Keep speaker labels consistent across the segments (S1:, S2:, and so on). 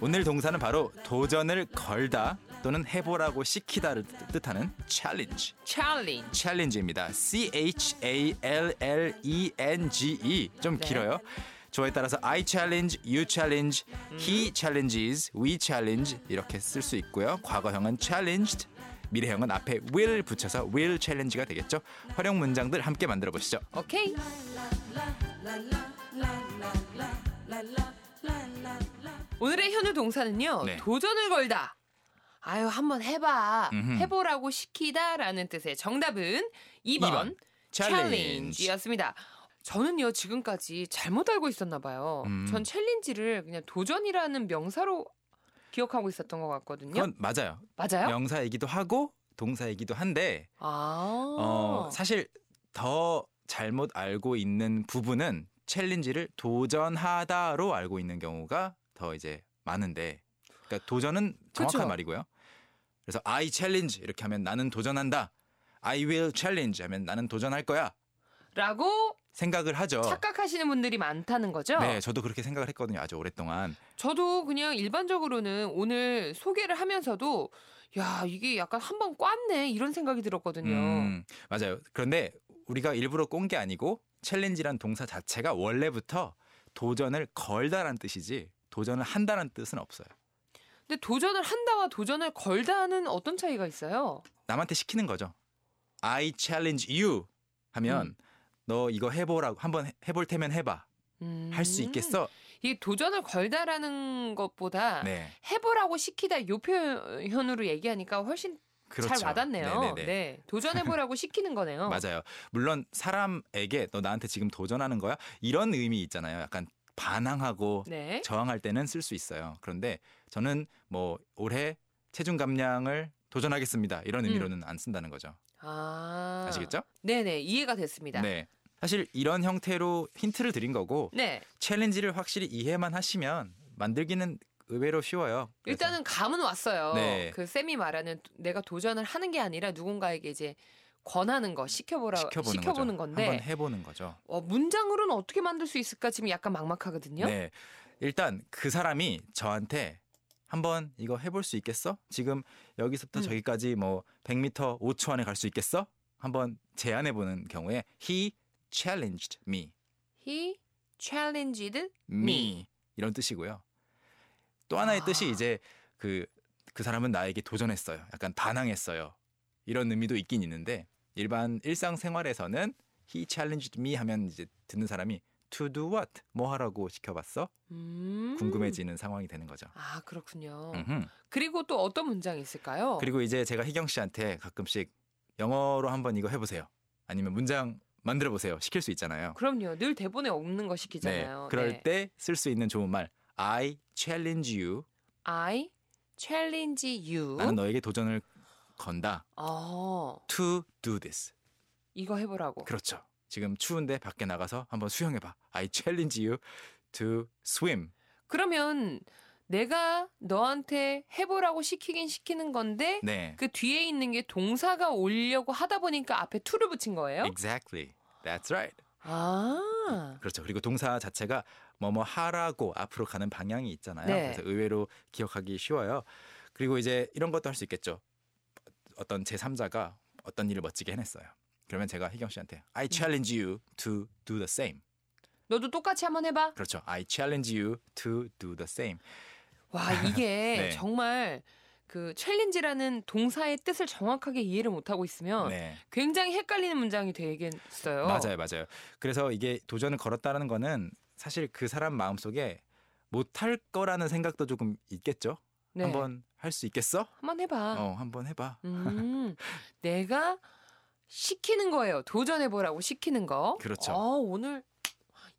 S1: 오늘 동사는 바로 도전을 걸다 또는 해보라고 시키다를 뜻하는 challenge.
S2: 챌린지.
S1: 챌린지입니다. C H A L L E N G E 좀
S2: 네.
S1: 길어요. 저에 따라서 I challenge, you challenge, he challenges, we challenge 이렇게 쓸 수 있고요. 과거형은 challenged, 미래형은 앞에 will 붙여서 will challenge가 되겠죠. 활용 문장들 함께 만들어 보시죠.
S2: 오케이. 오늘의 현우 동사는요.
S1: 네.
S2: 도전을 걸다. 아유 한번 해봐.
S1: 음흠.
S2: 해보라고 시키다라는 뜻의 정답은 2번,
S1: 이번,
S2: 챌린지. 였습니다 저는요 지금까지 잘못 알고 있었나 봐요.
S1: 음.
S2: 전 챌린지를 그냥 도전이라는 명사로 기억하고 있었던 것 같거든요.
S1: 그건 맞아요.
S2: 맞아요?
S1: 명사이기도 하고 동사이기도 한데
S2: 아.
S1: 어, 사실 더 잘못 알고 있는 부분은 챌린지를 도전하다로 알고 있는 경우가 더 이제 많은데 그러니까 도전은 정확한
S2: 그쵸.
S1: 말이고요. 그래서 I challenge 이렇게 하면 나는 도전한다. I will challenge 하면 나는 도전할 거야.
S2: 라고
S1: 생각을 하죠.
S2: 착각하시는 분들이 많다는 거죠?
S1: 어. 네, 저도 그렇게 생각을 했거든요. 아주 오랫동안.
S2: 저도 그냥 일반적으로는 오늘 소개를 하면서도 야 이게 약간 한 번 꽝네 이런 생각이 들었거든요.
S1: 음, 맞아요. 그런데 우리가 일부러 꼰 게 아니고 챌린지란 동사 자체가 원래부터 도전을 걸다란 뜻이지 도전을 한다는 뜻은 없어요.
S2: 근데 도전을 한다와 도전을 걸다는 어떤 차이가 있어요?
S1: 남한테 시키는 거죠. I challenge you 하면
S2: 음.
S1: 너 이거 해보라고 한번 해- 해볼 테면 해봐 할 수 있겠어.
S2: 음. 이 도전을 걸다라는 것보다
S1: 네,
S2: 해보라고 시키다 요 표현으로 얘기하니까 훨씬
S1: 그렇죠.
S2: 잘 와닿네요. 어.
S1: 네네네.
S2: 네, 도전해보라고 시키는 거네요.
S1: 맞아요. 물론 사람에게 너 나한테 지금 도전하는 거야 이런 의미 있잖아요. 약간 반항하고
S2: 네.
S1: 저항할 때는 쓸 수 있어요. 그런데 저는 뭐 올해 체중 감량을 도전하겠습니다. 이런
S2: 음.
S1: 의미로는 안 쓴다는 거죠.
S2: 아.
S1: 아시겠죠?
S2: 네네 이해가 됐습니다.
S1: 네. 사실 이런 형태로 힌트를 드린 거고
S2: 네.
S1: 챌린지를 확실히 이해만 하시면 만들기는 의외로 쉬워요. 그래서-
S2: 일단은 감은 왔어요.
S1: 네.
S2: 그 쌤이 말하는 도- 내가 도전을 하는 게 아니라 누군가에게 이제 권하는 거 시켜보라
S1: 시켜보는, 거죠.
S2: 시켜보는 건데
S1: 한번 해보는 거죠.
S2: 어, 문장으로는 어떻게 만들 수 있을까 지금 약간 막막하거든요.
S1: 네. 일단 그 사람이 저한테 한번 이거 해볼 수 있겠어? 지금 여기서부터
S2: 음.
S1: 저기까지 뭐 100m 5초 안에 갈 수 있겠어? 한번 제안해 보는 경우에 he challenged me,
S2: He challenged
S1: me 이런 뜻이고요. 또 하나의
S2: 아.
S1: 뜻이 이제 그 그 사람은 나에게 도전했어요. 약간 반항했어요. 이런 의미도 있긴 있는데 일반 일상 생활에서는 he challenged me 하면 이제 듣는 사람이 to do what 뭐 하라고 시켜봤어?
S2: 음.
S1: 궁금해지는 상황이 되는 거죠.
S2: 아 그렇군요.
S1: 음흠.
S2: 그리고 또 어떤 문장이 있을까요?
S1: 그리고 이제 제가 희경 씨한테 가끔씩 영어로 한번 이거 해보세요. 아니면 문장 만들어 보세요. 시킬 수 있잖아요.
S2: 그럼요. 늘 대본에 없는 거 시키잖아요.
S1: 그럴
S2: 네.
S1: 때 쓸 수 있는 좋은 말. I challenge you.
S2: I challenge you.
S1: 나는 너에게 도전을 건다.
S2: 어
S1: To do this.
S2: 이거 해보라고.
S1: 그렇죠. 지금 추운데 밖에 나가서 한번 수영해봐. I challenge you to swim.
S2: 그러면 내가 너한테 해보라고 시키긴 시키는 건데
S1: 네.
S2: 그 뒤에 있는 게 동사가 오려고 하다 보니까 앞에 to를 붙인 거예요?
S1: Exactly. That's right.
S2: 아,
S1: 그렇죠. 그리고 동사 자체가 뭐뭐 하라고 앞으로 가는 방향이 있잖아요.
S2: 네.
S1: 그래서 의외로 기억하기 쉬워요. 그리고 이제 이런 것도 할 수 있겠죠. 어떤 제 3자가 어떤 일을 멋지게 해냈어요. 그러면 제가 희경 씨한테
S2: 음.
S1: I challenge you to do the same.
S2: 너도 똑같이 한번 해봐.
S1: 그렇죠. I challenge you to do the same.
S2: 와, 이게
S1: 네.
S2: 정말 그 챌린지라는 동사의 뜻을 정확하게 이해를 못하고 있으면
S1: 네.
S2: 굉장히 헷갈리는 문장이 되겠어요.
S1: 맞아요. 맞아요. 그래서 이게 도전을 걸었다는 거는 사실 그 사람 마음속에 못할 거라는 생각도 조금 있겠죠.
S2: 네. 한번,
S1: 한번 할 수 있겠어?
S2: 해봐.
S1: 어, 한번 해 봐.
S2: 음, 내가 시키는 거예요. 도전해보라고 시키는 거.
S1: 그렇죠.
S2: 어, 오늘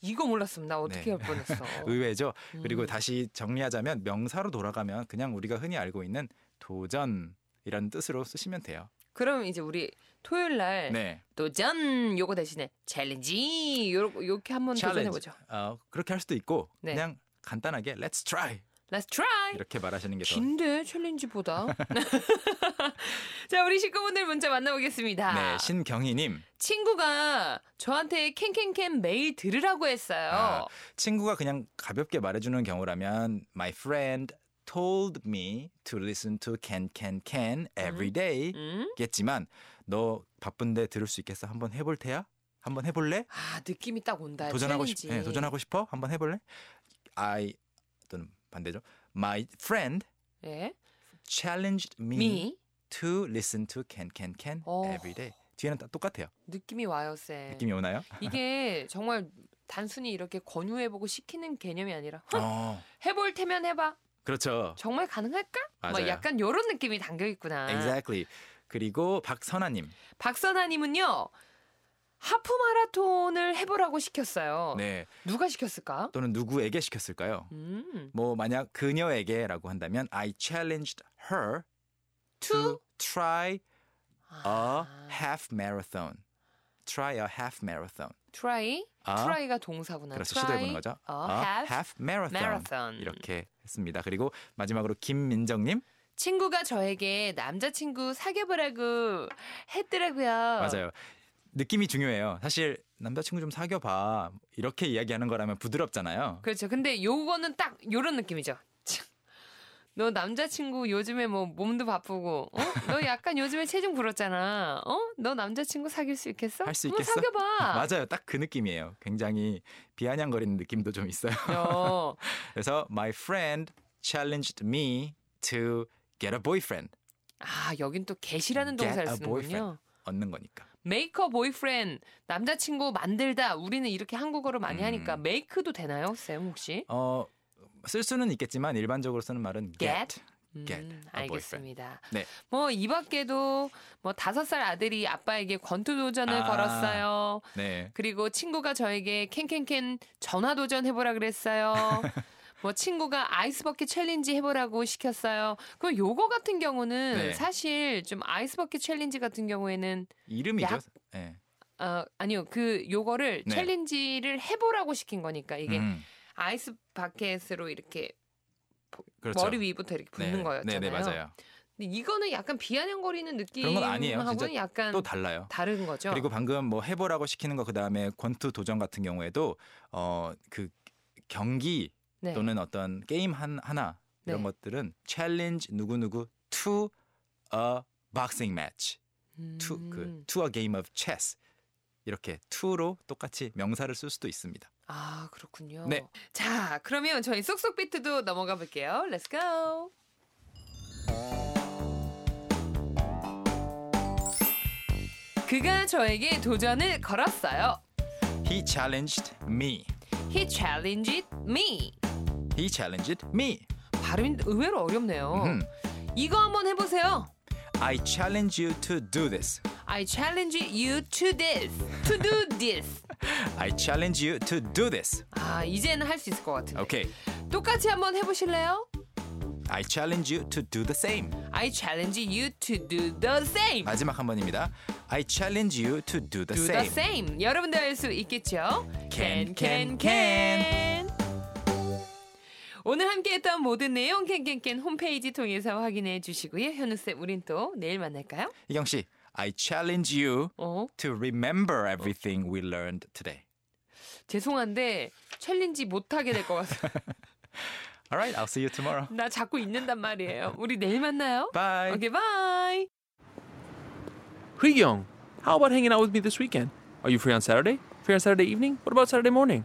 S2: 이거 몰랐으면 나 어떻게
S1: 네.
S2: 할 뻔했어.
S1: 의외죠. 그리고
S2: 음.
S1: 다시 정리하자면 명사로 돌아가면 그냥 우리가 흔히 알고 있는 도전이라는 뜻으로 쓰시면 돼요.
S2: 그럼 이제 우리 토요일 날
S1: 네.
S2: 도전 요거 대신에 챌린지 요렇게 한번
S1: 챌린지.
S2: 도전해 보죠.
S1: 어, 그렇게 할 수도 있고
S2: 네.
S1: 그냥 간단하게 let's try.
S2: Let's try.
S1: 이렇게 말하시는 게 더.
S2: 긴데 챌린지보다. 자 우리 식구분들 문자 만나보겠습니다.
S1: 네, 신경희님
S2: 친구가 저한테 캔캔캔 매일 들으라고
S1: 아,
S2: 했어요.
S1: 친구가 그냥 가볍게 말해주는 경우라면 my friend told me to listen to can can can every day
S2: 음?
S1: 겠지만 너 바쁜데 들을 수 있겠어 한번 해볼 테야 한번 해볼래
S2: 아 느낌이 딱 온다.
S1: 도전하고
S2: 챌린지.
S1: 싶 네, 도전하고 싶어 한번 해볼래 I 또는 반대죠 my friend
S2: 예.
S1: challenged me,
S2: 미
S1: to listen to can can can
S2: 어. 네.
S1: every day 뒤에는 다 똑같아요
S2: 느낌이 와요 쌤.
S1: 느낌이 오나요?
S2: 이게 정말 단순히 이렇게 권유해보고 시키는 개념이 아니라
S1: 어
S2: 해볼 테면 해봐.
S1: 그렇죠
S2: 정말 가능할까?
S1: 맞아요.
S2: 막 약간 요런 느낌이 담겨 있구나.
S1: exactly 그리고 박선아님
S2: 박선아님은요. 하프 마라톤을 해보라고 시켰어요.
S1: 네
S2: 누가 시켰을까?
S1: 또는 누구에게 시켰을까요?
S2: 음.
S1: 뭐 만약 그녀에게라고 한다면 I challenged her
S2: To?
S1: to try a
S2: 아,
S1: half marathon. Try a half marathon.
S2: try.
S1: 아,
S2: try가 동사구나.
S1: 그래서
S2: try
S1: 시도해보는 거죠.
S2: a
S1: A
S2: half
S1: half marathon.
S2: marathon.
S1: 이렇게 했습니다. 그리고 마지막으로 김민정님
S2: 친구가 저에게 남자친구 사귀어보라고 했더라고요.
S1: 맞아요. 느낌이 중요해요. 사실 남자친구 좀 사귀어봐 이렇게 이야기하는 거라면 부드럽잖아요.
S2: 그렇죠. 근데 요거는 딱 요런 느낌이죠. 참, 너 남자친구 요즘에 뭐 몸도 바쁘고, 어? 너 약간 요즘에 체중 불었잖아. 어? 너 남자친구 사귈 수 있겠어?
S1: 할수
S2: 한번
S1: 있겠어?
S2: 사귀어봐.
S1: 맞아요. 딱 그 느낌이에요. 굉장히 비아냥거리는 느낌도 좀 있어요.
S2: 어,
S1: 그래서 my friend challenged me to get a boyfriend
S2: 아, 여긴 또 get이라는
S1: Get
S2: 동사를
S1: a
S2: 쓰는군요.
S1: boyfriend. 얻는 거니까.
S2: make a boyfriend. 남자친구 만들다. 우리는 이렇게 한국어로 많이
S1: 음.
S2: 하니까 make도 되나요, 쌤 혹시?
S1: 어, 쓸 수는 있겠지만 일반적으로 쓰는 말은 get.
S2: 음,
S1: get a
S2: 알겠습니다.
S1: 네.
S2: 뭐 이 밖에도 뭐 다섯 살 아들이 아빠에게 권투 도전을
S1: 아.
S2: 걸었어요.
S1: 네.
S2: 그리고 친구가 저에게 캔캔캔 전화 도전 해보라 그랬어요. 뭐 친구가 아이스버킷 챌린지 해보라고 시켰어요. 그럼 요거 같은 경우는
S1: 네.
S2: 사실 좀 아이스버킷 챌린지 같은 경우에는
S1: 이름이죠.
S2: 약?
S1: 네.
S2: 어, 아니요 그 요거를
S1: 네.
S2: 챌린지를 해보라고 시킨 거니까 이게
S1: 음,
S2: 아이스 바켓으로 이렇게
S1: 그렇죠.
S2: 머리 위부터 이렇게 붙는
S1: 네.
S2: 거였잖아요.
S1: 네, 네, 맞아요.
S2: 근데 이거는 약간 비아냥거리는
S1: 그런 건 아니에요.
S2: 느낌하고는
S1: 진짜
S2: 약간
S1: 또 달라요.
S2: 다른 거죠.
S1: 그리고 방금 뭐 해보라고 시키는 거 그다음에 권투 도전 같은 경우에도 어 그 경기
S2: 네.
S1: 또는 어떤 게임 한 하나 이런
S2: 네.
S1: 것들은 challenge 누구누구 to a boxing match. to 그
S2: 음.
S1: to a game of chess 이렇게 to로 똑같이 명사를 쓸 수도 있습니다.
S2: 아 그렇군요.
S1: 네.
S2: 자 그러면 저희 쏙쏙 비트도 넘어가 볼게요. Let's go. 그가 저에게 도전을 걸었어요.
S1: He challenged me.
S2: He challenged me.
S1: He challenged me.
S2: 발음이 의외로 어렵네요.
S1: 음.
S2: 이거 한번 해보세요.
S1: I challenge you to do this.
S2: I challenge you to this. To do this.
S1: I challenge you to do this.
S2: 아 이제는 할 수 있을 것 같은데.
S1: Okay.
S2: 똑같이 한번 해보실래요?
S1: I challenge you to do the same.
S2: I challenge you to do the same.
S1: 마지막 한 번입니다. I challenge you to do the
S2: Do the
S1: same.
S2: same. 여러분도 알 수 있겠죠?
S1: Can, can,
S2: can, can. 오늘 함께했던 모든 내용 캔캔캔 홈페이지 통해서 확인해 주시고요. 현우 쌤, 우린 또 내일 만날까요?
S1: 이경 씨, I challenge you
S2: 어,
S1: to remember everything we learned today.
S2: 죄송한데 챌린지 못 하게 될 것 같아요.
S1: All right, I'll see you tomorrow.
S2: 나 자꾸 잊는단 말이에요. 우리 내일 만나요.
S1: Bye.
S2: 오케이, 바이.
S3: Young, how about hanging out with me this weekend? Are you free on Saturday? Free on Saturday evening? What about Saturday morning?